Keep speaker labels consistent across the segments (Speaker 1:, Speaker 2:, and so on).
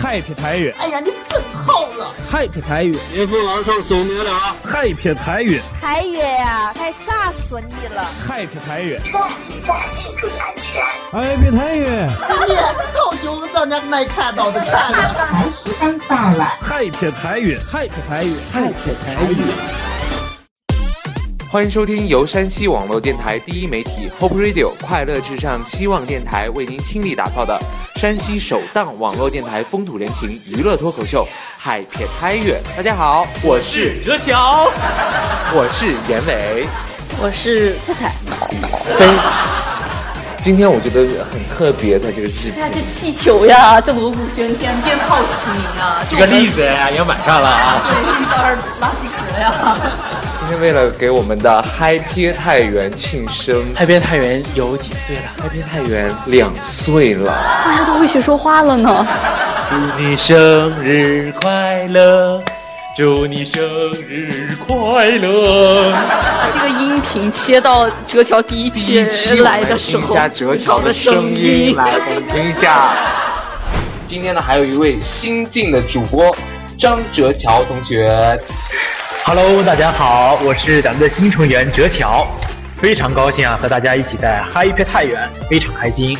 Speaker 1: Happy 台语
Speaker 2: 哎呀，你真好啊了！
Speaker 1: ，Happy 台语
Speaker 3: 民妇晚上送你俩。
Speaker 1: ，Happy 台语
Speaker 4: 台月呀、太炸死你了！
Speaker 1: ，Happy 台语
Speaker 5: ，Happy 台语
Speaker 2: 脸臭球让人家没看到的看啊了。
Speaker 1: ，Happy 台语，Happy 台语，Happy 台语。
Speaker 6: 欢迎收听由山西网络电台第一媒体 Hope Radio 快乐至上希望电台为您倾力打造的山西首档网络电台风土人情娱乐脱口秀《海撇开月》。大家好，我是哲乔，我是严伟。
Speaker 4: 我是菜菜，
Speaker 6: 今天我觉得很特别的这个日子，
Speaker 4: 啊
Speaker 7: 那这气球呀，这锣鼓喧天，鞭炮齐鸣啊，这个
Speaker 8: 栗子呀也买上了啊！
Speaker 7: 对，一到二拉皮革呀，
Speaker 6: 今天为了给我们的嗨撇太原庆生，
Speaker 8: 海边太原有几岁了？
Speaker 6: 嗨撇太原两岁了，
Speaker 7: 大家都会学说话了呢。
Speaker 8: 祝你生日快乐，祝你生日快乐！
Speaker 7: 这个音频切到折桥第一
Speaker 6: 第
Speaker 7: 期
Speaker 6: 一期我
Speaker 7: 来
Speaker 6: 们
Speaker 7: 的时
Speaker 6: 听一
Speaker 7: 候，
Speaker 6: 下哲乔的声音，来我们听一下。今天呢，还有一位新晋的主播张哲乔同学，
Speaker 8: Hello，大家好，我是咱们的新成员哲乔，非常高兴啊，和大家一起在嗨皮太原，非常开心。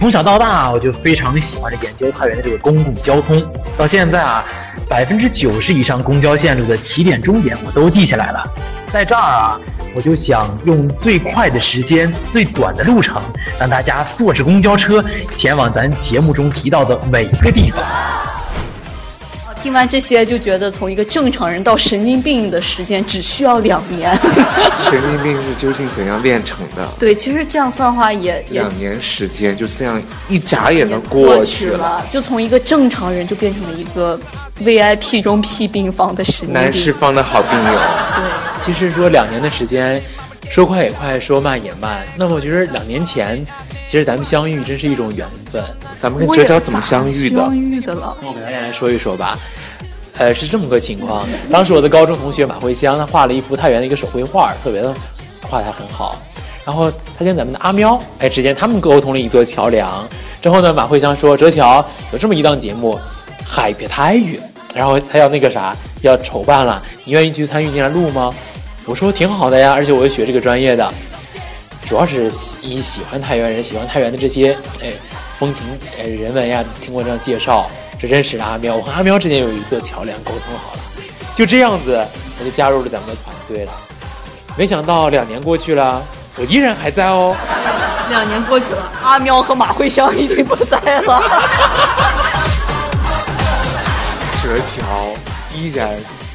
Speaker 8: 从小到大啊，我就非常喜欢研究太原的这个公共交通，到现在啊，百分之九十以上公交线路的起点、终点我都记下来了。在这儿啊，我就想用最快的时间、最短的路程，让大家坐着公交车前往咱节目中提到的每一个地方。
Speaker 7: 听完这些就觉得从一个正常人到神经病的时间只需要两 年。
Speaker 6: 神经病是究竟怎样练成的？
Speaker 7: 对，其实这样算的话也也
Speaker 6: 两年时间就这样一眨眼的
Speaker 7: 过
Speaker 6: 去
Speaker 7: 去了，就从一个正常人就变成了一个 VIP 中 P 病房的神经病。
Speaker 6: 南市方的好病友，
Speaker 7: 对。
Speaker 9: 其实说两年的时间，说快也快，说慢也慢。那么我觉得两年前，其实咱们相遇真是一种缘分。
Speaker 6: 咱们跟哲乔怎么相遇的
Speaker 7: 相？遇的了，
Speaker 9: 那我给大家来说一说吧。呃，是这么个情况，当时我的高中同学马慧香，她画了一幅太原的一个手绘画，特别的画得还很好。然后她跟咱们的阿喵，哎，之间他们沟通了一座桥梁。之后呢，马慧香说：“哲乔有这么一档节目，海别太远。”然后他要那个啥，要筹办了，你愿意去参与进来录吗？我说挺好的呀，而且我是学这个专业的，主要是喜以喜欢太原人，喜欢太原的这些哎风情哎人文呀，听过这样介绍，这认识了阿喵，我和阿喵之间有一座桥梁，沟通好了，就这样子我就加入了咱们的团队了。没想到两年过去了，我依然还在哦。
Speaker 7: 两年过去了，阿喵和马慧香已经不在 了，
Speaker 6: 哲乔依然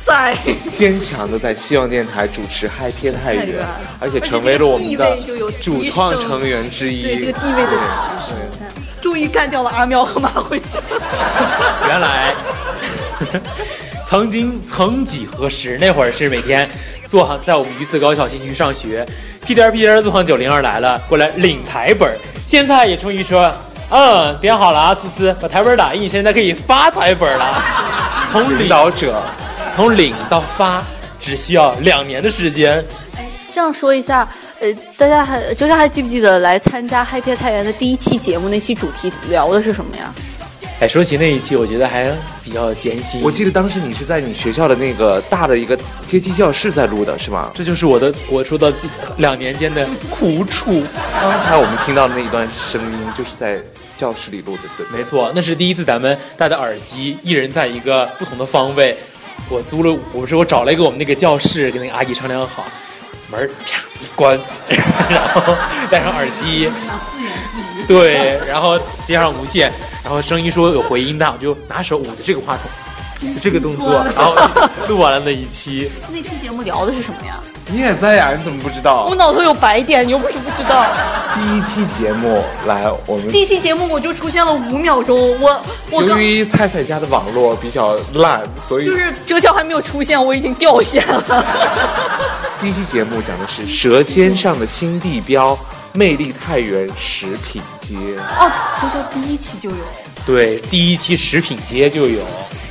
Speaker 7: 在
Speaker 6: 坚强的在希望电台主持嗨撇太
Speaker 7: 太
Speaker 6: 原
Speaker 7: 原，
Speaker 6: 啊而且成为了我们的
Speaker 7: 啊而且这个地位就有提升
Speaker 6: 主创成员之一。
Speaker 7: 对这个地位的提升，终于干掉了阿喵和马慧 香。
Speaker 9: 原来，曾经曾几何时，那会儿是每天坐上在我们榆次高校新区上学，屁颠儿屁颠儿坐上九零二来了，过来领台本儿。现在也终于说，嗯，点好了啊，思思，把台本儿打印，现在可以发台本儿了。从
Speaker 6: 领
Speaker 9: 领
Speaker 6: 导者，
Speaker 9: 从领到发，只需要两年的时间。
Speaker 7: 这样说一下，呃，大家还周家还记不记得来参加《嗨皮太原》的第一期节目？那期主题聊的是什么呀？
Speaker 9: 哎，说起那一期，我觉得还比较艰辛。
Speaker 6: 我记得当时你是在你学校的那个大的一个阶梯教室在录的，是吗？
Speaker 9: 这就是我的我出道几两年间的苦楚。
Speaker 6: 刚才我们听到的那一段声音，就是在教室里录的，对不对？
Speaker 9: 没错，那是第一次咱们戴的耳机，一人在一个不同的方位。我租了，我不是我找了一个我们那个教室，跟那个阿姨商量好，门儿啪一关，然后戴上耳机，对，然后接上无线，然后声音说有回音的，我就拿手捂着这个话筒，就这个动作，然后录完了那一期。
Speaker 7: 那期节目聊的是什么呀？
Speaker 6: 你也在呀、你怎么不知道
Speaker 7: 我？脑头有白点，你又不是不知道。
Speaker 6: 第一期节目来，我们
Speaker 7: 第一期节目我就出现了五秒钟，我我
Speaker 6: 由
Speaker 7: 刚
Speaker 6: 于菜菜家的网络比较烂，所以
Speaker 7: 就是哲乔还没有出现，我已经掉线了。
Speaker 6: 第一期节目讲的是舌尖上的新地标——魅力太原食品街。
Speaker 7: 哦，这叫第一期就有。
Speaker 9: 对，第一期食品街就有，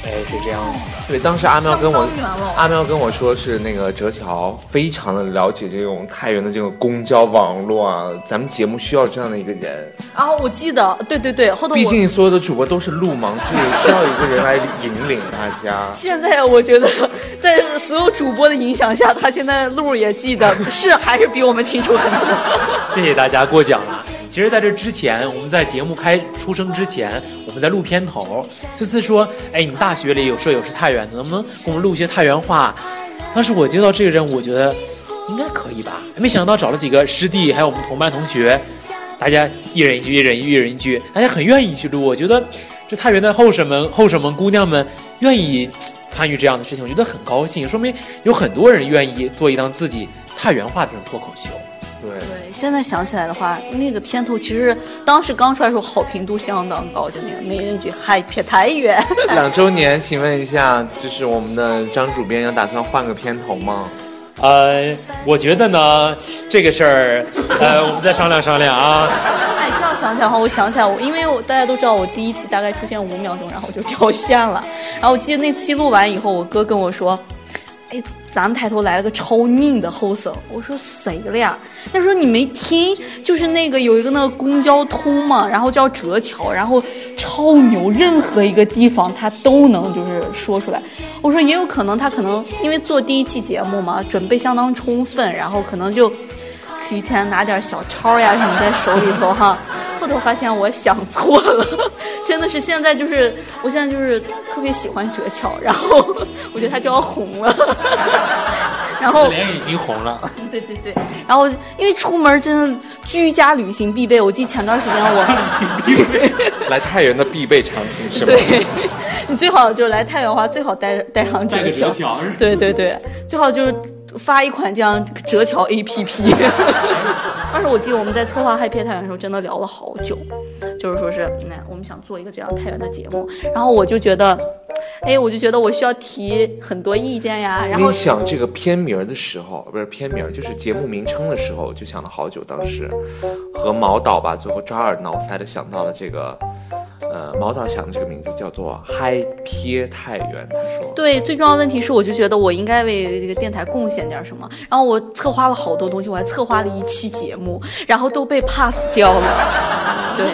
Speaker 9: 哎，是这样子的。
Speaker 6: 对，当时阿喵跟我
Speaker 5: 相当远了，
Speaker 6: 阿喵跟我说是那个哲桥非常的了解这种太原的这种公交网络啊，咱们节目需要这样的一个人，
Speaker 5: 然后我记得，对对对，后头
Speaker 6: 毕
Speaker 5: 我
Speaker 6: 竟所有的主播都是路盲之路，需要一个人来引领大家。
Speaker 5: 现在我觉得，在所有主播的影响下，他现在路也记得，是还是比我们清楚很多。
Speaker 9: 谢谢大家过奖了。其实，在这之前，我们在节目开出声之前，我们在录片头。思思说：“哎，你大学里有舍友是太原的，能不能给我们录一些太原话？”当时我接到这个任务，我觉得应该可以吧。没想到找了几个师弟，还有我们同班同学，大家一人一句，一人一句，一人一句，大家很愿意去录。我觉得这太原的后生们、后生们、姑娘们愿意参与这样的事情，我觉得很高兴，说明有很多人愿意做一档自己太原话的这种脱口秀。
Speaker 6: 对，
Speaker 7: 对，现在想起来的话，那个片头其实当时刚出来的时候好评度相当高，真的，每人一句嗨撇太远。
Speaker 6: 两周年，请问一下，就是我们的张主编要打算换个片头吗？
Speaker 9: 呃，我觉得呢，这个事儿，呃，我们再商量商量啊。
Speaker 7: 哎，这样想起来的话，我想起来我，因为我大家都知道我第一期大概出现五秒钟，然后我就掉线了。然后我记得那期录完以后，我哥跟我说：“哎，咱们抬头来了个超拧的 host。”我说：“谁了呀？”他说：“你没听，就是那个有一个那个公交通嘛，然后叫折桥，然后超牛，任何一个地方他都能就是说出来。”我说：“也有可能他可能因为做第一期节目嘛，准备相当充分，然后可能就。”提前拿点小抄呀什么在手里头哈。 后头发现我想错了，真的是现在就是，我现在就是特别喜欢折巧，然后 我觉得他就要红了， 然后
Speaker 9: 脸已经红了，
Speaker 7: 对对对，然后因为出门真的居家旅行必备，我记得前段时间我
Speaker 6: 来太原的必备产品是吗？
Speaker 7: 对，你最好就是来太原的话，最好带带上折巧，
Speaker 9: 巧，
Speaker 7: 对对对，最好就是发一款这样折桥 APP。当时我记得我们在策划《嗨皮太原》的时候，真的聊了好久，就是说是，那我们想做一个这样太原的节目，然后我就觉得，哎，我就觉得我需要提很多意见呀，然后
Speaker 6: 你想这个片名儿的时候，不是片名儿，就是节目名称的时候，就想了好久。当时和毛导吧，最后抓耳挠腮的想到了这个，呃，毛导想的这个名字叫做“嗨撇太原”。他说，
Speaker 7: 对，最重要的问题是，我就觉得我应该为这个电台贡献点什么。然后我策划了好多东西，我还策划了一期节目，然后都被 pass 掉了。对，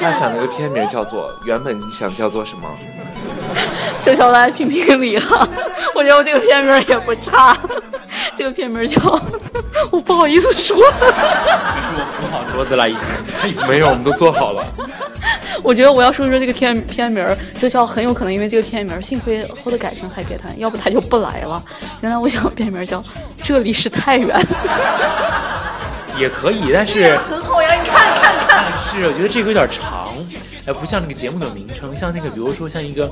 Speaker 6: 他想那个片名儿叫做，原本你想叫做什么？
Speaker 7: 郑小来评评理哈，我觉得我这个片名也不差，这个片名叫，我不好意思说，
Speaker 9: 扶好桌子了已经。
Speaker 6: 没有，我们都做好了。
Speaker 7: 我觉得我要说说这个片片名，郑晓很有可能因为这个片名，幸亏后来改成海别谈，要不他就不来了。原来我想片名叫这里是太原，
Speaker 9: 也可以，但是
Speaker 5: 很好呀，你看看看，
Speaker 9: 但是我觉得这个有点长，呃，不像那个节目的名称，像那个比如说像一个，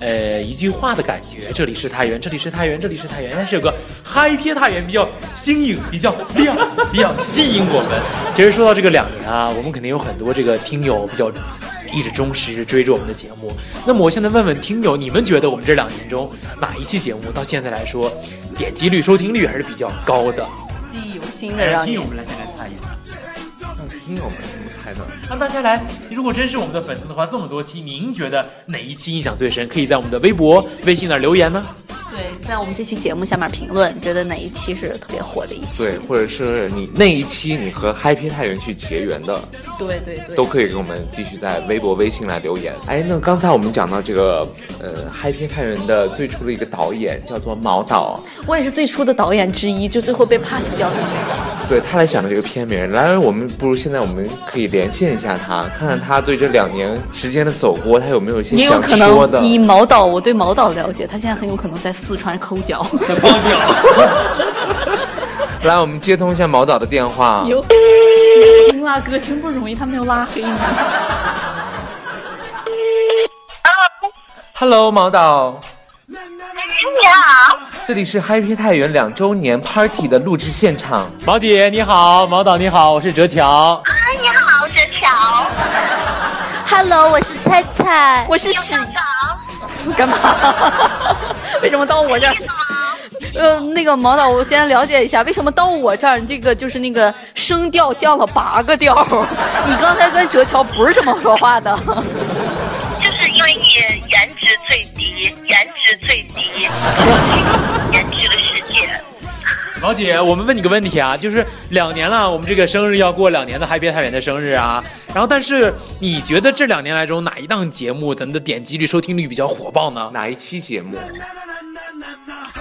Speaker 9: 呃，一句话的感觉。这里是太原，这里是太原，这里是太原，但是有个嗨撇太原比较新颖，比较亮，比较吸引我们。其实说到这个两年啊，我们肯定有很多这个听友比较。一直忠实追着我们的节目，那么我现在问问听友，你们觉得我们这两年中哪一期节目到现在来说，点击率、收听率还是比较高的？
Speaker 7: 记忆犹 新的
Speaker 6: 哎
Speaker 7: 让你
Speaker 9: 听友。们来先来猜一猜。
Speaker 6: 让嗯听友们怎么猜呢？
Speaker 9: 让大家来，如果真是我们的粉丝的话，这么多期，您觉得哪一期印象最深？可以在我们的微博、微信那儿留言呢。
Speaker 7: 对，在我们这期节目下面评论，你觉得哪一期是特别火的一期？
Speaker 6: 对，或者是你那一期你和嗨撇太原去结缘的，
Speaker 7: 对对对
Speaker 6: 都可以给我们继续在微博、微信来留言。哎，那刚才我们讲到这个，呃，嗨片看人的最初的一个导演叫做毛导，
Speaker 7: 我也是最初的导演之一，就最后被 pass 掉的那个。
Speaker 6: 对他来想的这个片名。来，我们不如现在我们可以连线一下他，看看他对这两年时间的走过，他有没有一些
Speaker 7: 也有
Speaker 6: 想
Speaker 7: 可
Speaker 6: 说的
Speaker 7: 能。以毛导，我对毛导了解，他现在很有可能在四川抠脚。
Speaker 9: 包饺，
Speaker 6: 来，我们接通一下毛导的电话。
Speaker 7: 有，明大哥真不容易，他没有拉黑你。
Speaker 6: Hello，毛导，
Speaker 4: 你好，
Speaker 6: 这里是嗨片太原两周年 Party 的录制现场。
Speaker 9: 毛姐你好，毛导你好，我是哲乔。
Speaker 4: 啊，你好，哲乔。
Speaker 7: Hello，我是菜菜，我是史
Speaker 4: 校长，
Speaker 7: 干嘛？ 为什么到我这儿？呃，那个毛导，我先了解一下，为什么到我这儿你这个就是那个声调降了八个调儿？ 你刚才跟哲乔不是这么说话的。
Speaker 4: 就是因为你颜值最低，颜值
Speaker 9: 小姐，我们问你个问题啊，就是两年了，我们这个生日要过两年的嗨别太远的生日啊。然后，但是你觉得这两年来中哪一档节目咱们的点击率、收听率比较火爆呢？
Speaker 6: 哪一期节目？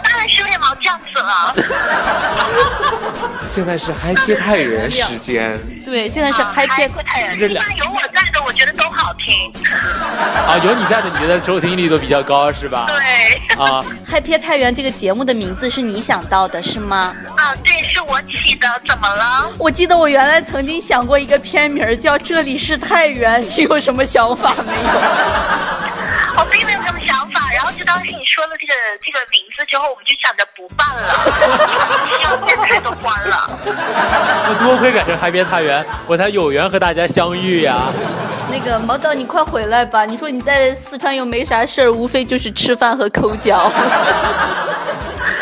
Speaker 4: 当然是为毛酱子了。
Speaker 6: 现在是嗨贴太原时间，
Speaker 7: 对，现在是啊嗨
Speaker 4: 嗨
Speaker 7: 片，
Speaker 4: 哎不太人，一般有我在的，我觉得都好听。
Speaker 9: 啊，有你在的，你觉得收听率都比较高是吧？
Speaker 4: 对，
Speaker 9: 啊，
Speaker 7: 嗨片太原这个节目的名字是你想到的，是吗？
Speaker 4: 啊，对，是我起的，怎么了？
Speaker 7: 我记得我原来曾经想过一个片名儿叫《这里是太原》，你有什么想法没有？
Speaker 4: 我并没有什么想法，然后就当时你说了这个这个名字之后，我们就想着不办了， 希望电台都关了。
Speaker 9: 那多亏赶上嗨别太原，我才有缘和大家相遇呀、
Speaker 7: 那个毛导，你快回来吧！你说你在四川又没啥事儿，无非就是吃饭和 抠脚。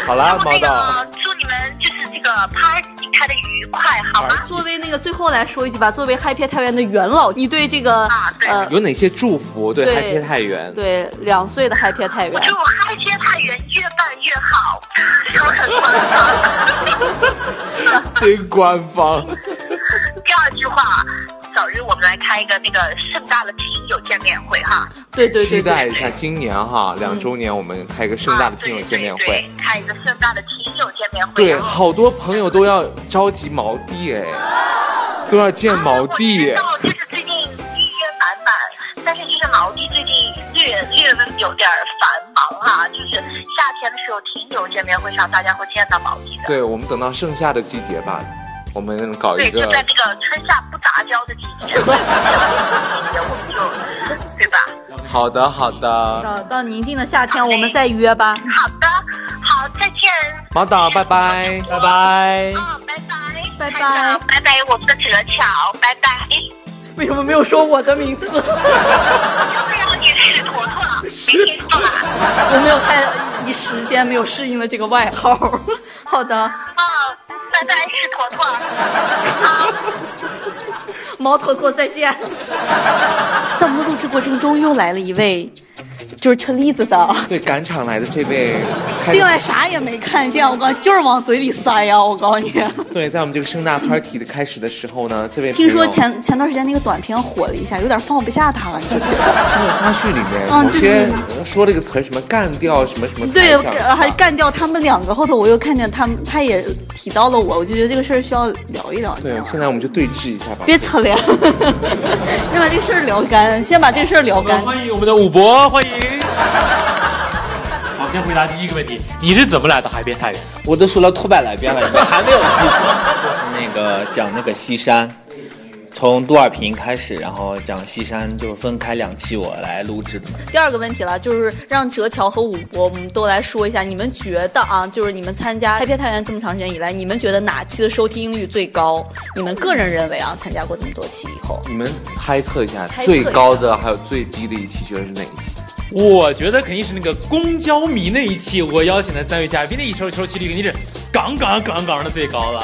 Speaker 6: 好啦，
Speaker 4: 要不
Speaker 6: 毛
Speaker 4: 那
Speaker 6: 导，
Speaker 4: 个祝你们就是这个 party 开的愉快，好吗？
Speaker 7: 作为那个最后来说一句吧，作为嗨片太原的元老，你对这个
Speaker 4: 啊对
Speaker 7: 呃
Speaker 6: 有哪些祝福对
Speaker 7: 对
Speaker 6: 嗨贴太原？
Speaker 7: 对两岁的嗨片太原
Speaker 4: 祝嗨街太原越办越好， 说很官方。
Speaker 6: 真官方，
Speaker 4: 第二句话，早日我们来开一个那个盛大的听友见面会哈，
Speaker 7: 对对
Speaker 6: 期
Speaker 7: 对
Speaker 6: 待
Speaker 7: 对
Speaker 6: 一下今年哈两周年，我们开一个盛大的听友见面
Speaker 4: 啊对
Speaker 6: 会。
Speaker 4: 对对开一个盛大的听友见面会。
Speaker 6: 对，
Speaker 4: 然后
Speaker 6: 好多朋友都要着急毛弟哎，都要见毛弟
Speaker 4: 我知。
Speaker 7: 啊
Speaker 4: 道，就是最近预约满满，但是就是毛弟最近略略微有点繁忙哈、就是夏天的时候听友见面会上大家会见到毛弟的。
Speaker 6: 对，我们等到盛夏的季节吧，我们搞一
Speaker 4: 对，就
Speaker 6: 个
Speaker 4: 在这个春夏不杂交的季 节，春夏的季节我们就，对吧？
Speaker 6: 好的好的，
Speaker 7: 到到宁静的夏天，我们再约吧。
Speaker 4: 好的，好，再见。
Speaker 6: 毛导拜拜。
Speaker 9: 拜拜。
Speaker 4: 嗯，拜拜，
Speaker 7: 拜拜
Speaker 4: 太早拜拜，我们的哲巧，拜拜。
Speaker 5: 为什么没有说我的名字？
Speaker 4: 要不然你屎坨坨，没听说吧？
Speaker 5: 我 没有太一时间没有适应了这个外号。
Speaker 7: 好的，
Speaker 4: 啊，拜拜，屎坨坨。啊，
Speaker 7: 毛坨坨 再见。在我们的录制过程中，又来了一位，就是吃栗子的。
Speaker 6: 对，赶场来的这位，开
Speaker 7: 进来啥也没看见，我告诉你，就是往嘴里塞呀、我告诉你，
Speaker 6: 对，在我们这个盛大 party 的开始的时候呢，这位
Speaker 7: 听说
Speaker 6: 朋友
Speaker 7: 前前段时间那个短片火了一下，有点放不下他了，你就觉得？
Speaker 6: 那个花絮里面，
Speaker 7: 嗯
Speaker 6: 某
Speaker 7: 对
Speaker 6: 些
Speaker 7: 对
Speaker 6: 说了一个词儿，什么干掉什么什么
Speaker 7: 对
Speaker 6: 台长，
Speaker 7: 呃还干掉他们两个。后头我又看见他们，他也提到了我，我就觉得这个事儿需要聊一聊。你知
Speaker 6: 对
Speaker 7: 道，吗
Speaker 6: 现在我们就对峙一下吧。
Speaker 7: 别扯凉， 先把这个事儿聊干，先把这个事儿聊
Speaker 9: 我们
Speaker 7: 干。
Speaker 9: 欢迎我们的武博，欢迎。好，先回答第一个问题，你是怎么来到海边太原？
Speaker 10: 我都说了拓百来遍了，你们还没有记住？就是那个讲那个西山，从多尔平开始，然后讲西山，就分开两期我来录制的。
Speaker 7: 第二个问题了，就是让哲乔和武博我们都来说一下，你们觉得啊，就是你们参加《嗨片太原》这么长时间以来，你们觉得哪期的收听率最高？你们个人认为啊，参加过这么多期以后，
Speaker 6: 你们猜测一下，
Speaker 7: 猜测一下
Speaker 6: 最高的还有最低的一期，觉得是哪一期？
Speaker 9: 我觉得肯定是那个公交迷那一期，我邀请的三位嘉宾那一收收视率肯定是杠杠杠杠的最高了。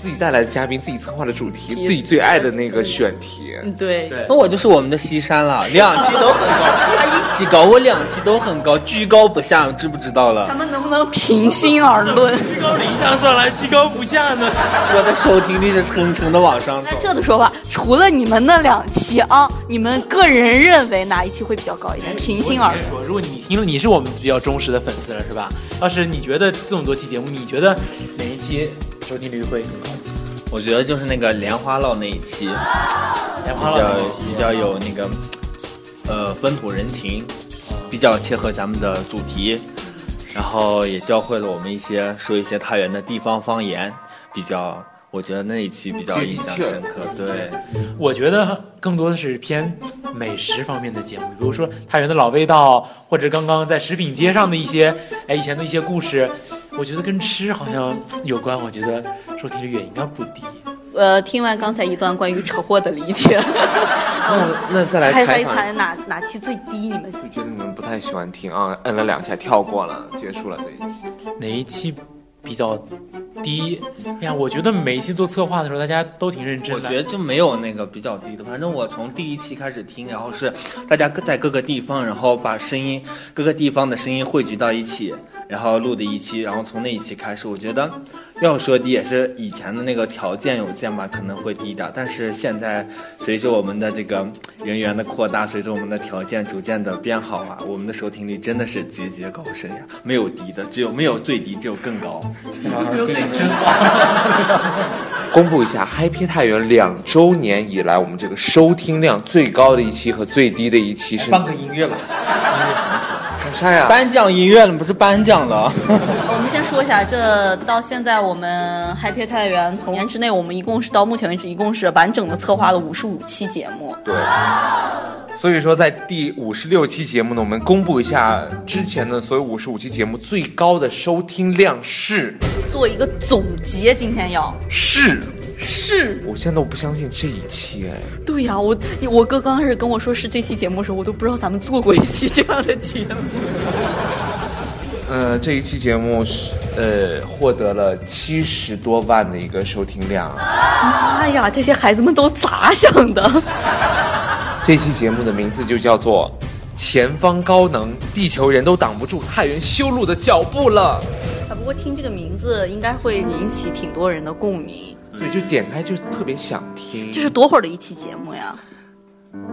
Speaker 6: 自己带来的嘉宾，自己策划的主题，自己最爱的那个选题。
Speaker 7: 对
Speaker 9: 对
Speaker 10: 那我就是我们的西山了，两期都很高，他一起高，我两期都很高，居高不下，知不知道了？
Speaker 7: 们能不能平心而论？
Speaker 9: 居高临下算来，居高不下呢。
Speaker 10: 我的收听率是蹭蹭的往上
Speaker 7: 那
Speaker 10: 走。
Speaker 7: 这么说吧，除了你们那两期啊，你们个人认为哪一期会比较高一点？平心而论。
Speaker 9: 我跟你说，如果你听了，你是我们比较忠实的粉丝了，是吧？要是你觉得这么多期节目，你觉得哪一期收听率会更高一些？
Speaker 10: 我觉得就是那个莲花落那一期，比
Speaker 9: 哦莲花
Speaker 10: 较
Speaker 9: 落那一期啊
Speaker 10: 比较有那个，呃，风土人情，比较切合咱们的主题，然后也教会了我们一些说一些太原的地方方言，比较，我觉得那一期比较印象深刻。对，
Speaker 9: 我觉得更多的是偏美食方面的节目，比如说太原的老味道，或者刚刚在食品街上的一些，哎，以前的一些故事，我觉得跟吃好像有关，我觉得收听率也应该不低。
Speaker 7: 呃，听完刚才一段关于扯货的理 解，嗯，
Speaker 6: 那再来
Speaker 7: 猜
Speaker 6: 采
Speaker 7: 猜
Speaker 6: 访
Speaker 7: 猜哪哪期最低？你们
Speaker 6: 就觉得你们不太喜欢听啊，摁了两下跳过了，结束了这一期。
Speaker 9: 哪一期比较低？哎呀，我觉得每一期做策划的时候，大家都挺认真
Speaker 10: 我
Speaker 9: 的。
Speaker 10: 觉得就没有那个比较低的，反正我从第一期开始听，然后是大家各在各个地方，然后把声音各个地方的声音汇聚到一起，然后录的一期，然后从那一期开始，我觉得要说低也是以前的那个条件有限吧，可能会低一点，但是现在随着我们的这个人员的扩大，随着我们的条件逐渐的变好啊，我们的收听率真的是节节高升呀，没有低的，只有没有最低，只有更高。
Speaker 6: 公布一下嗨皮太原两周年以来，我们这个收听量最高的一期和最低的一期是
Speaker 10: 放个音乐吧，音乐响起来。
Speaker 6: 干啥呀？
Speaker 10: 颁奖音乐了，不是颁奖了。
Speaker 7: 我们先说一下，这到现在我们 Happy 太原从年之内，我们一共是到目前为止一共是完整的策划了五十五期节目。
Speaker 6: 对。所以说，在第五十六期节目呢，我们公布一下之前的所有五十五期节目最高的收听量是
Speaker 7: 做一个总结。今天要
Speaker 6: 是，
Speaker 7: 是，
Speaker 6: 我现在都不相信这一期哎。
Speaker 7: 对呀、我我哥刚开始跟我说是这期节目的时候，我都不知道咱们做过一期这样的节目。
Speaker 6: 呃，这一期节目是呃获得了七十多万的一个收听量。
Speaker 7: 妈哎呀，这些孩子们都咋想的？
Speaker 6: 这期节目的名字就叫做《前方高能，地球人都挡不住太原修路的脚步了
Speaker 7: 啊，不过听这个名字应该会引起挺多人的共鸣。》。
Speaker 6: 对，就点开就特别想听。
Speaker 7: 嗯这是多会儿的一期节目呀？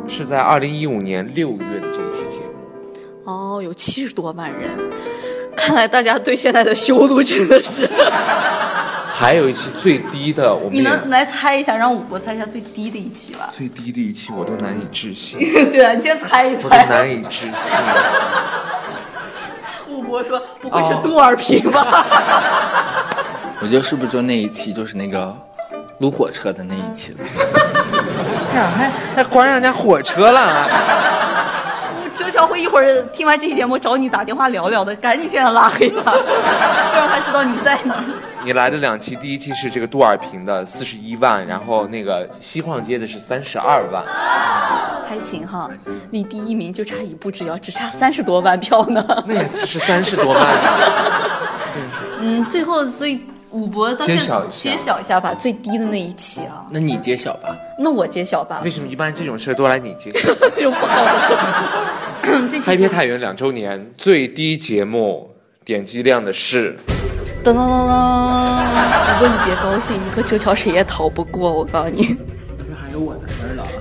Speaker 6: 是在二零一五年六月的这一期节目。
Speaker 7: 哦，有七十多万人， 看来大家对现在的修路真的 是……
Speaker 6: 还有一期最低的，我们
Speaker 7: 你能
Speaker 6: 也
Speaker 7: 来猜一下，让我猜一下最低的一期吧？
Speaker 6: 最低的一期我都难以置信，
Speaker 7: 对啊，你先猜一
Speaker 6: 我都
Speaker 7: 猜。
Speaker 6: 难以置 信。
Speaker 7: 吴博说：“不会
Speaker 6: 哦
Speaker 7: 是杜尔平吧？”
Speaker 10: 我觉得是不是就那一期，就是那个撸火车的那一期了？
Speaker 6: 哎呀，还还关上人家火车
Speaker 7: 啊
Speaker 6: 了，
Speaker 7: 周小辉一会儿听完这期节目找你打电话聊聊的，赶紧现在拉黑他， 让他知道你在哪儿。
Speaker 6: 你来的两期，第一期是这个杜尔平的四十一万，然后那个西矿街的是三十二万。
Speaker 7: 还行哈，离第一名就差一步之遥，只差三十多万票呢。
Speaker 6: 那也是三十多万 的。
Speaker 7: 嗯，最后所以武博到现
Speaker 6: 揭晓一下
Speaker 7: 揭晓一下吧，最低的那一期啊，
Speaker 10: 那你揭晓吧。
Speaker 7: 那我揭晓吧
Speaker 6: 为，什么一般这种事儿都来你这个？
Speaker 7: 就不好 说。这
Speaker 6: 嗨
Speaker 7: 期
Speaker 6: 皮太原两周年最低节目点击量的是，
Speaker 7: 噔噔噔噔，武博你别高兴，你和哲乔谁也逃不过，我告诉你。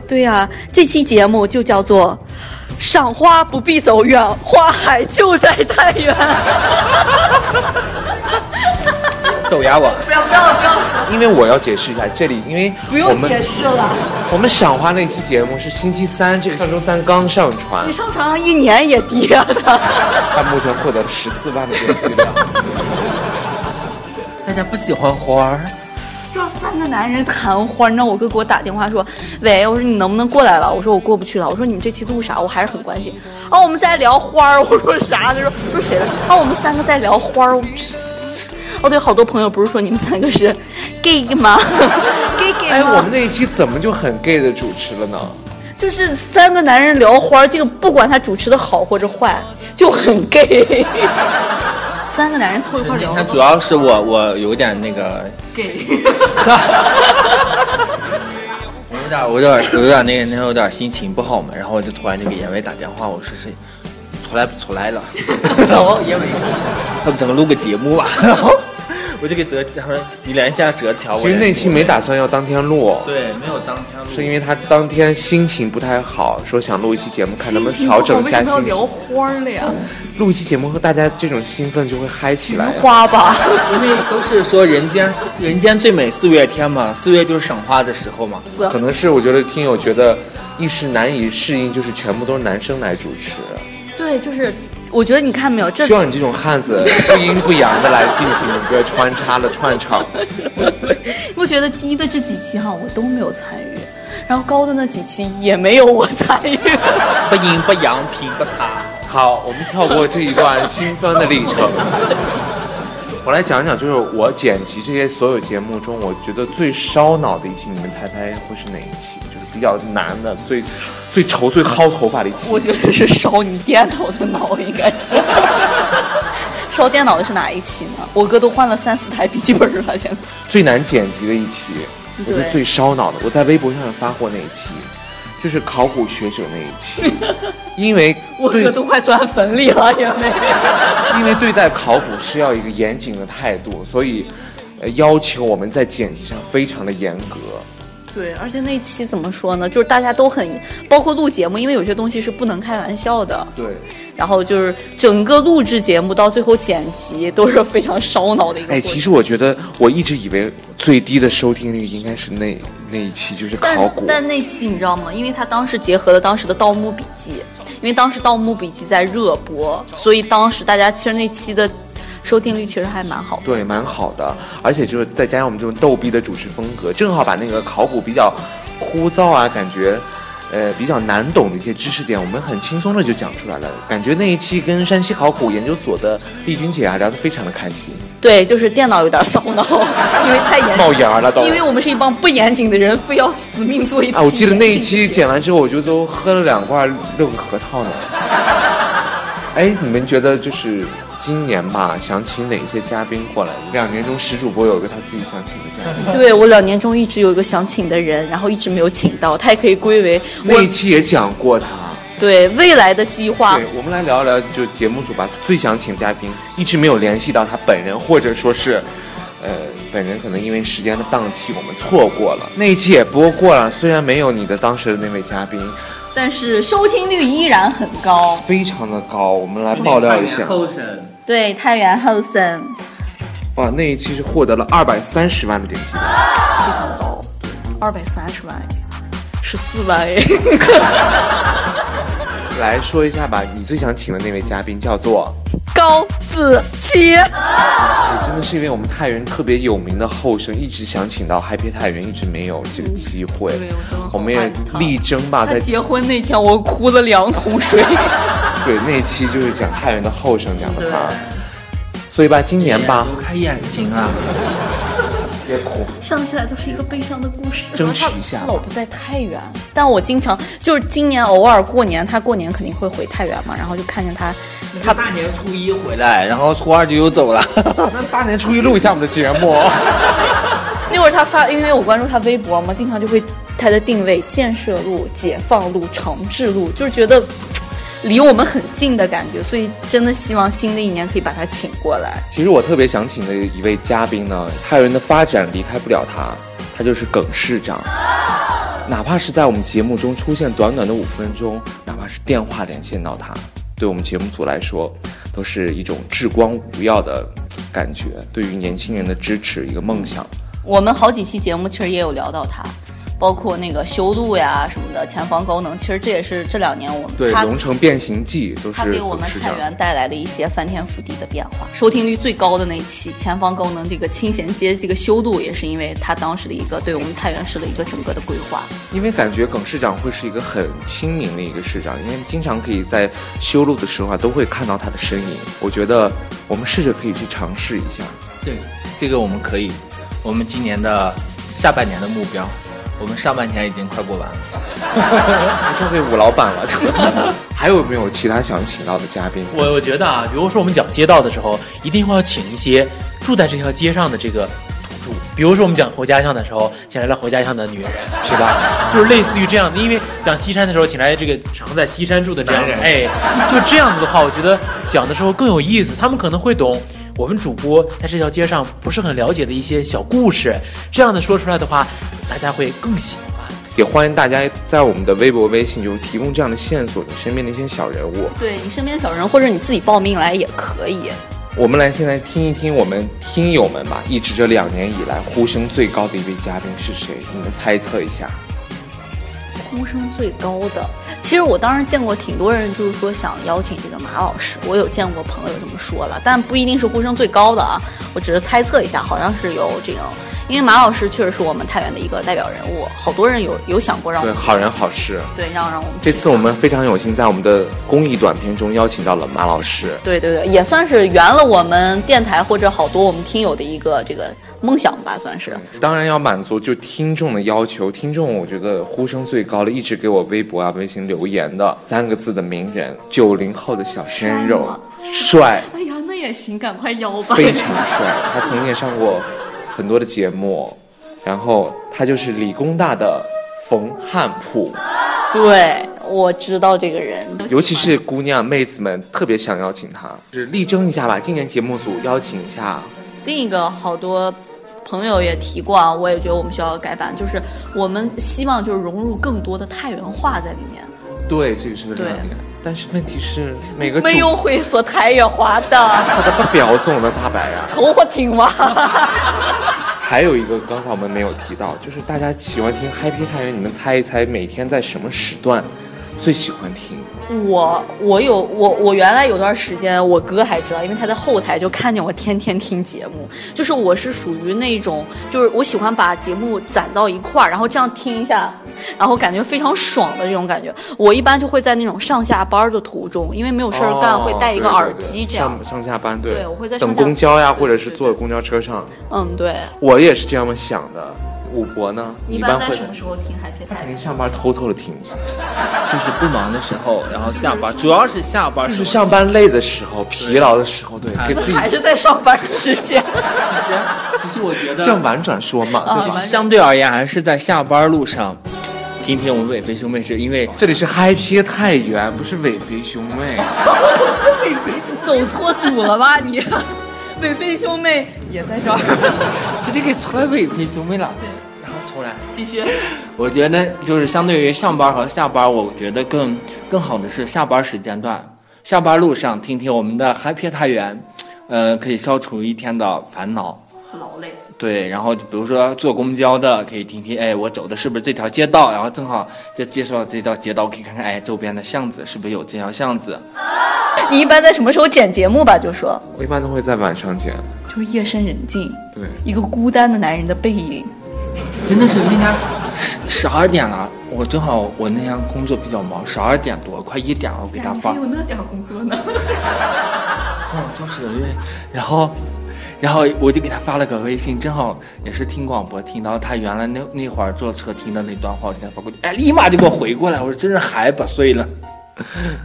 Speaker 7: 对呀、这期节目就叫做“赏花不必走远，花海就在太原。
Speaker 10: 走呀我！”
Speaker 7: 不要不要不要说，
Speaker 6: 因为我要解释一下这里，因为
Speaker 7: 不
Speaker 6: 我
Speaker 7: 用
Speaker 6: 们
Speaker 7: 解释了。
Speaker 6: 我们赏花那期节目是星期三，这个上周三刚上传
Speaker 7: 你，上传了一年也低啊，他。
Speaker 6: 它目前获得了十四万的点击量。
Speaker 10: 大家不喜欢花儿，
Speaker 7: 这三个男人谈花，你知道我哥给我打电话说，喂，我说你能不能过来了？我说我过不去了。我说你们这期录啥？我还是很关心。哦，我们在聊花儿。我说啥？他说我说谁的？哦，我们三个在聊花儿。我哦，对，好多朋友不是说你们三个是 gay 吗 ？gay gay 吗？
Speaker 6: 哎，我们那一期怎么就很 gay 的主持了呢？
Speaker 7: 就是三个男人聊花儿，这个不管他主持的好或者坏，就很 gay。三个男人凑一块儿聊
Speaker 10: 你看，主要是我我有点那个，
Speaker 7: gay。
Speaker 10: 我有点我有点有点那个那时候有点心情不好嘛，然后我就突然就给严伟打电话，我说是出来不出来了，然后严 伟，要不咱们录个节目吧， 然后我就给哲，他说你联系一下哲乔，
Speaker 6: 其实那期没打算要当天录，
Speaker 10: 对，没有当天录，
Speaker 6: 是因为他当天心情不太好，说想录一期节目，看能不能调整一下
Speaker 7: 为什么要
Speaker 6: 心
Speaker 7: 聊
Speaker 6: 情。
Speaker 7: 花儿了呀？
Speaker 6: 录一期节目后，大家这种兴奋就会嗨起来。
Speaker 7: 花吧。
Speaker 10: 因为都是说人间人间最美四月天嘛，四月就是赏花的时候嘛。
Speaker 6: 可能是我觉得听友觉得一时难以适应，就是全部都是男生来主持。
Speaker 7: 对，就是我觉得你看没有，这
Speaker 6: 希望你这种汉子不阴不阳的来进行一个穿插的串场。
Speaker 7: 我觉得低的这几期哈，我都没有参与，然后高的那几期也没有我参 与。
Speaker 10: 不阴不阳，平不塌。
Speaker 6: 好，我们跳过这一段心酸的历程。我来讲讲，就是我剪辑这些所有节目中，我觉得最烧脑的一期，你们猜猜会是哪一期？就是比较难的、最最愁、最薅头发的一期。
Speaker 7: 我觉得是烧你电脑的脑，应该 是。烧电脑的是哪一期呢？我哥都换了三四台笔记本了，现在。
Speaker 6: 最难剪辑的一期，我觉得
Speaker 7: 对
Speaker 6: 最烧脑的，我在微博上也发过那一期，就是 考古学者那一期，因为
Speaker 7: 我
Speaker 6: 对
Speaker 7: 哥都快钻坟里了，也没。
Speaker 6: 因为对待考古是要一个严谨的态度，所以、呃要求我们在剪辑上非常的严格。
Speaker 7: 对，而且那期怎么说呢？就是大家都很，包括录节目，因为有些东西是不能开玩笑的。
Speaker 6: 对，
Speaker 7: 然后就是整个录制节目到最后剪辑都是非常烧脑的一个过程。
Speaker 6: 哎，其实我觉得我一直以为最低的收听率应该是那那一期，就是考古
Speaker 7: 但。但那期你知道吗？因为它当时结合了当时的《盗墓笔记》，因为当时《盗墓笔记》在热播，所以当时大家其实那期的收听率其实还蛮好的。
Speaker 6: 对，蛮好的，而且就是再加上我们这种逗逼的主持风格，正好把那个考古比较枯燥啊，感觉呃比较难懂的一些知识点，我们很轻松的就讲出来了。感觉那一期跟山西考古研究所的丽君姐啊聊得非常的开心，
Speaker 7: 对，就是电脑有点烧脑， 因为太严
Speaker 6: 冒烟儿了都
Speaker 7: 因为我们是一帮不严谨的人，非要死命做一期。
Speaker 6: 啊！我记得那一期剪完之后，我就都喝了两罐六个核桃呢。哎，你们觉得就是今年吧，想请哪些嘉宾过来？两年中石主播有一个他自己想请的嘉宾。
Speaker 7: 对我两年中一直有一个想请的人，然后一直没有请到，他也可以归为
Speaker 6: 那
Speaker 7: 我
Speaker 6: 一期也讲过他。
Speaker 7: 对未来的计划
Speaker 6: 对，。我们来聊一聊，就节目组吧，最想请嘉宾，一直没有联系到他本人，或者说是，呃，本人可能因为时间的档期，我们错过了那一期也播过了，虽然没有你的当时的那位嘉宾，
Speaker 7: 但是收听率依然很高。
Speaker 6: 非常的高，我们来爆料一
Speaker 9: 啊
Speaker 6: 下，
Speaker 7: 对，太原后生，
Speaker 6: 哇，那一期是获得了二百三十万的点击量，
Speaker 7: 二百三十万，十四万哎。
Speaker 6: 来说一下吧，你最想请的那位嘉宾叫做，
Speaker 7: 高子期，啊
Speaker 6: 哎真的是因为我们太原特别有名的后生，一直想请到 Happy 太原，一直没有这个机会，
Speaker 7: 嗯对我真的好
Speaker 6: 我们也
Speaker 7: 爱他
Speaker 6: 力争吧，
Speaker 7: 他
Speaker 6: 在
Speaker 7: 结婚那天我哭了两桶水。
Speaker 6: 对，那期就是讲太原的后生讲的他，所以吧，今年吧，
Speaker 10: 开眼睛啊！
Speaker 6: 别哭，
Speaker 7: 想起来都是一个悲伤的故事。
Speaker 6: 争取一下
Speaker 7: 他
Speaker 6: 吧
Speaker 7: 老不在太原，但我经常就是今年偶尔过年，他过年肯定会回太原嘛，然后就看见他，
Speaker 10: 他大年初一回来，然后初二就又走 了。
Speaker 6: 那大年初一录一下我们的节目。
Speaker 7: 那会儿他发，因为我关注他微博嘛，经常就会他的定位建设路、解放路、长治路，就是觉得嘖离我们很近的感觉，所以真的希望新的一年可以把他请过来。
Speaker 6: 其实我特别想请的一位嘉宾呢，太原的发展离开不了他，他就是耿市长。哪怕是在我们节目中出现短短的五分钟，哪怕是电话连线到他，对我们节目组来说，都是一种至光无耀的感觉，对于年轻人的支持，一个梦想。
Speaker 7: 我们好几期节目其实也有聊到他，包括那个修路呀什么的，前方高能，其实这也是这两年我们
Speaker 6: 对《
Speaker 7: 他
Speaker 6: 龙城变形记》都是
Speaker 7: 他给我
Speaker 6: 耿
Speaker 7: 们
Speaker 6: 市
Speaker 7: 太
Speaker 6: 长。
Speaker 7: 原带来的一些翻天覆地的变化。收听率最高的那一期《前方高能》这个清闲街这个修路，也是因为他当时的一个对我们太原市的一个整个的规划。
Speaker 6: 因为感觉耿市长会是一个很亲民的一个市长，因为经常可以在修路的时候啊，都会看到他的身影。我觉得我们试着可以去尝试 一下。
Speaker 10: 对，这个我们可以。我们今年的下半年的目标，我们上半年已经快过完了。
Speaker 6: 啊交给武老板了。还有没有其他想请到的嘉宾？
Speaker 9: 我我觉得啊，比如说我们讲街道的时候，一定会要请一些住在这条街上的这个土著，比如说我们讲侯家巷的时候，请来了侯家巷的女人，是 吧？就是类似于这样的，因为讲西山的时候，请来这个常在西山住的这样 的，哎，就这样子的话，我觉得讲的时候更有意思，他们可能会懂。我们主播在这条街上不是很了解的一些小故事，这样的说出来的话，大家会更喜欢。
Speaker 6: 也欢迎大家在我们的微博、微信就提供这样的线索，你身边的一些小人物。
Speaker 7: 对你身边小人，或者你自己报名来也可以。
Speaker 6: 我们来现在听一听我们听友们吧，一直这两年以来呼声最高的一位嘉宾是谁？你们猜测一下。
Speaker 7: 呼声最高的，其实我当时见过挺多人，就是说想邀请这个马老师，我有见过朋友这么说了，但不一定是呼声最高的啊，我只是猜测一下，好像是有这种，因为马老师确实是我们太原的一个代表人物，好多人有有想过让我
Speaker 6: 对，
Speaker 7: 们
Speaker 6: 好人好事。
Speaker 7: 对让让我们
Speaker 6: 这次我们非常有幸在我们的公益短片中邀请到了马老师。
Speaker 7: 对对对，也算是圆了我们电台或者好多我们听友的一个这个梦想吧，算是。
Speaker 6: 当然要满足就听众的要求，听众我觉得呼声最高的，一直给我微博啊、微信留言的三个字的名人，九零后的小鲜肉，帅，
Speaker 7: 哎呀，那也行，赶快邀吧
Speaker 6: 非常帅。他曾经也上过很多的节目，然后他就是理工大的冯汉普。
Speaker 7: 对，我我知道这个人，
Speaker 6: 尤其是姑娘妹子们特别想邀请他，就是力争一下吧。今年节目组邀请一下，
Speaker 7: 另一个好多朋友也提过啊，我也觉得我们学校改版，就是我们希望就是融入更多的太原话在里面。
Speaker 6: 对，这个是个亮
Speaker 7: 对
Speaker 6: 点。但是问题是，每个主
Speaker 7: 没有会说太原话
Speaker 6: 他
Speaker 7: 的，
Speaker 6: 的不表总的咋办呀？
Speaker 7: 凑合听嘛。
Speaker 6: 还有一个刚才我们没有提到，就是大家喜欢听 Happy 太原，你们猜一猜每天在什么时段最喜欢听？
Speaker 7: 我我有我我原来有段时间，我哥还知道，因为他在后台就看见我天天听节目。就是我是属于那种，就是我喜欢把节目攒到一块儿，然后这样听一下，然后感觉非常爽的这种感觉。我一般就会在那种上下班的途中，因为没有事儿干，
Speaker 6: 哦
Speaker 7: 会戴一个
Speaker 6: 对对
Speaker 7: 耳
Speaker 6: 对
Speaker 7: 机这样。
Speaker 6: 上上下班对。
Speaker 7: 对我会在上
Speaker 6: 等
Speaker 7: 下
Speaker 6: 公交呀，
Speaker 7: 对
Speaker 6: 或者
Speaker 7: 对
Speaker 6: 是
Speaker 7: 对
Speaker 6: 坐公交车上，
Speaker 7: 嗯，对。
Speaker 6: 我也是这样想的。武博呢？
Speaker 7: 你
Speaker 6: 你
Speaker 7: 一般在
Speaker 6: 会嗯
Speaker 7: 什么时候听 Happy
Speaker 6: 肯
Speaker 7: Time？
Speaker 6: 定上班偷偷的听，
Speaker 9: 就是不忙的时候，然后下班，主要是下班
Speaker 6: 就
Speaker 9: 时
Speaker 6: 是
Speaker 9: 候
Speaker 6: 上班累的时候、疲劳的时候，对，给自己
Speaker 7: 还是在上班时间？
Speaker 9: 其实我觉得
Speaker 6: 这样婉转说嘛，对
Speaker 7: 嗯
Speaker 6: 吧？
Speaker 9: 相对而言还是在下班路上听听我们伟飞兄妹是，因为
Speaker 6: 这里是嗨皮太原，不是伟飞兄妹。
Speaker 4: 走错组了吧你？ 美菲兄妹也在这儿，
Speaker 9: 他就给出来伟飞兄妹了。然后重来，
Speaker 4: 继续。
Speaker 9: 我觉得就是相对于上班和下班，我觉得更更好的是下班时间段，下班路上听听我们的 Happy 太原，呃，可以消除一天的烦恼。
Speaker 7: 劳累。
Speaker 9: 对，然后就比如说坐公交的，可以听听，哎，我走的是不是这条街道？然后正好就介绍这条街道，可以看看，哎，周边的巷子是不是有这条巷子？
Speaker 7: 你一般在什么时候剪节目吧？就说，
Speaker 6: 我一般都会在晚上剪，
Speaker 7: 就是夜深人静，
Speaker 6: 对，
Speaker 7: 一个孤单的男人的背影。
Speaker 9: 真的是那天十十二点了，我正好我那天工作比较忙，十二点多快一点了，我给他发，
Speaker 7: 有那点工作呢？
Speaker 9: 哦，就是因为，然后，然后我就给他发了个微信，正好也是听广播听到他原来那那会儿坐车听的那段话，我给他发过去，哎，立马就给我回过来，我说真是海把碎了。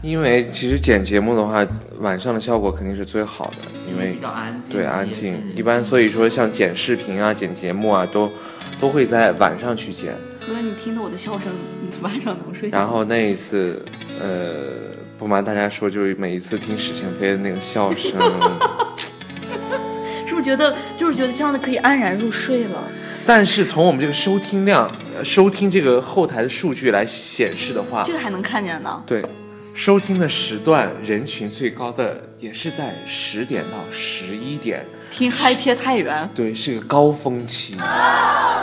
Speaker 6: 因为其实剪节目的话，晚上的效果肯定是最好的，因为
Speaker 9: 安
Speaker 6: 对安静。一般所以说像剪视频啊、剪节目啊，都都会在晚上去剪。
Speaker 7: 哥，你听到我的笑声，你晚上能睡着？
Speaker 6: 然后那一次，呃，不瞒大家说，就是每一次听史前飞的那个笑声，
Speaker 7: 是不是觉得就是觉得这样的可以安然入睡了？
Speaker 6: 但是从我们这个收听量、呃收听这个后台的数据来显示的话
Speaker 7: 这，个还能看见呢？
Speaker 6: 对，收听的时段人群最高的也是在十点到十一点，
Speaker 7: 听嗨撇太原，
Speaker 6: 对，是个高峰期。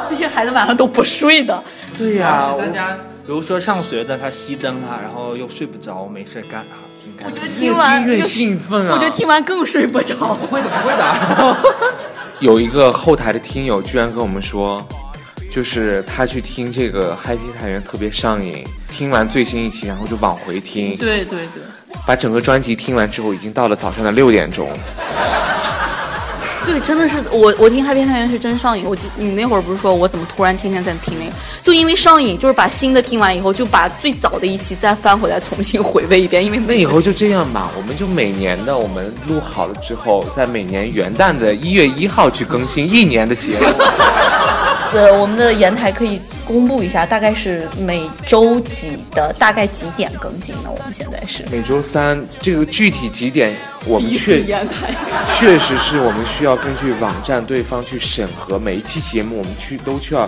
Speaker 7: 这些孩子晚上都不睡的。
Speaker 6: 对呀、我
Speaker 9: 大家比如说上学的，他熄灯了，然后又睡不着，没事干啊，挺干净。
Speaker 6: 越
Speaker 7: 听完
Speaker 6: 听越
Speaker 7: 又
Speaker 6: 兴奋啊！
Speaker 7: 我觉得听完更睡不着。
Speaker 9: 会的，不会的。
Speaker 6: 有一个后台的听友居然跟我们说，就是他去听这个 Happy 太原特别上瘾，听完最新一期，然后就往回听，
Speaker 7: 对对对
Speaker 6: 把整个专辑听完之后，已经到了早上的六点钟。
Speaker 7: 对，真的是我我听嗨撇太原是真上瘾。我记你那会儿不是说我怎么突然天天在听那个，就因为上瘾，就是把新的听完以后，就把最早的一期再翻回来重新回味一遍，因为
Speaker 6: 那以后就这样吧，我们就每年的我们录好了之后，在每年元旦的一月一号去更新一年的节目。
Speaker 7: 呃，我们的言台可以公布一下，大概是每周几的大概几点更新呢？我们现在是
Speaker 6: 每周三这个具体几点，我们确
Speaker 7: 台，
Speaker 6: 确实是我们需要根据网站对方去审核每一期节目，我们去都需要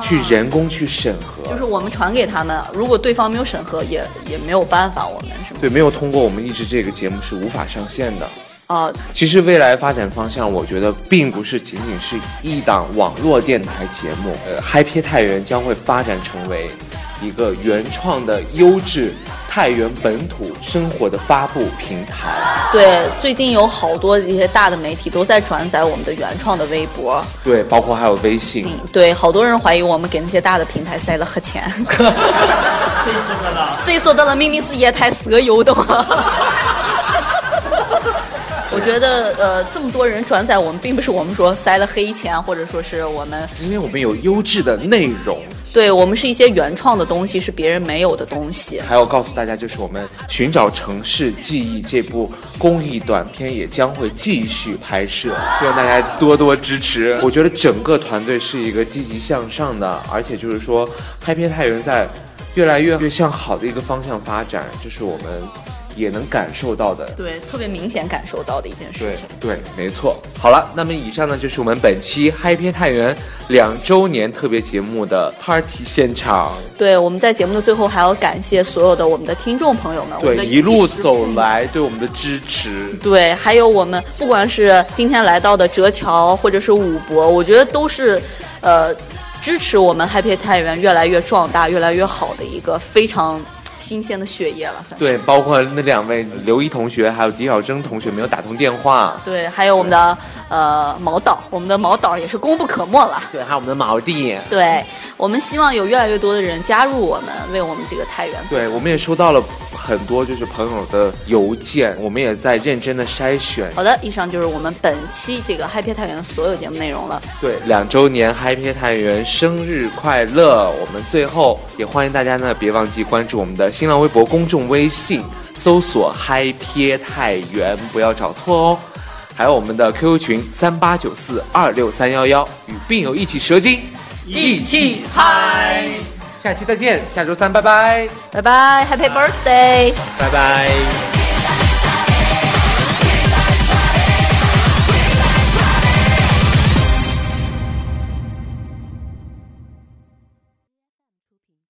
Speaker 6: 去人工去审核。
Speaker 7: 哦就是我们传给他们，如果对方没有审核，也也没有办法，我们是吗？
Speaker 6: 对，没有通过我们一直这个节目是无法上线的。
Speaker 7: 啊、
Speaker 6: 其实未来发展方向，我觉得并不是仅仅是一档网络电台节目。呃，嗨皮太原将会发展成为一个原创的优质太原本土生活的发布平台。
Speaker 7: 对，最近有好多一些大的媒体都在转载我们的原创的微博，
Speaker 6: 对，包括还有微信。
Speaker 7: 嗯，对，好多人怀疑我们给那些大的平台塞了黑钱。谁说的？谁说的了？明明是烟台蛇油的嘛。 我觉得，呃，这么多人转载我们，并不是我们说塞了黑钱，或者说是我们
Speaker 6: 因为我们有优质的内容，
Speaker 7: 对我们是一些原创的东西，是别人没有的东西。
Speaker 6: 还要告诉大家，就是我们《寻找城市记忆》这部公益短片也将会继续拍摄，希望大家多多支持。我觉得整个团队是一个积极向上的，而且就是说，嗨皮太原在越来越越向好的一个方向发展，这是我们也能感受到的。
Speaker 7: 对，特别明显感受到的一件事
Speaker 6: 对
Speaker 7: 情。
Speaker 6: 对，没错。好了，那么以上呢就是我们本期《嗨片太原》两周年特别节目的 party 现场。
Speaker 7: 对，我们在节目的最后还要感谢所有的我们的听众朋友们，我们的
Speaker 6: 对，一路
Speaker 7: 师
Speaker 6: 走来对我们的支持，
Speaker 7: 对，还有我们不管是今天来到的哲桥，或者是武博，我觉得都是，呃，支持我们 Happy 太原越来越壮大、越来越好的一个非常新鲜的血液了，算是。
Speaker 6: 对，包括那两位刘一同学还有狄小征同学没有打通电话，
Speaker 7: 对，还有我们的呃毛导，我们的毛导也是功不可没了。
Speaker 6: 对，还有我们的毛弟。
Speaker 7: 对我们希望有越来越多的人加入我们，为我们这个太原。
Speaker 6: 对，我们也收到了很多就是朋友的邮件，我们也在认真的筛选。
Speaker 7: 好的，以上就是我们本期这个 Happy 太原的所有节目内容了。
Speaker 6: 对，两周年 Happy 太原生日快乐！我们最后也欢迎大家呢，别忘记关注我们的新浪微博、公众微信，搜索 Happy 太原，不要找错哦。还有我们的 QQ 群三八九四二六三幺幺，与病友一起蛇精，一起嗨！下期再见，下周三拜拜，
Speaker 7: 拜拜，Happy Birthday！
Speaker 6: 拜拜。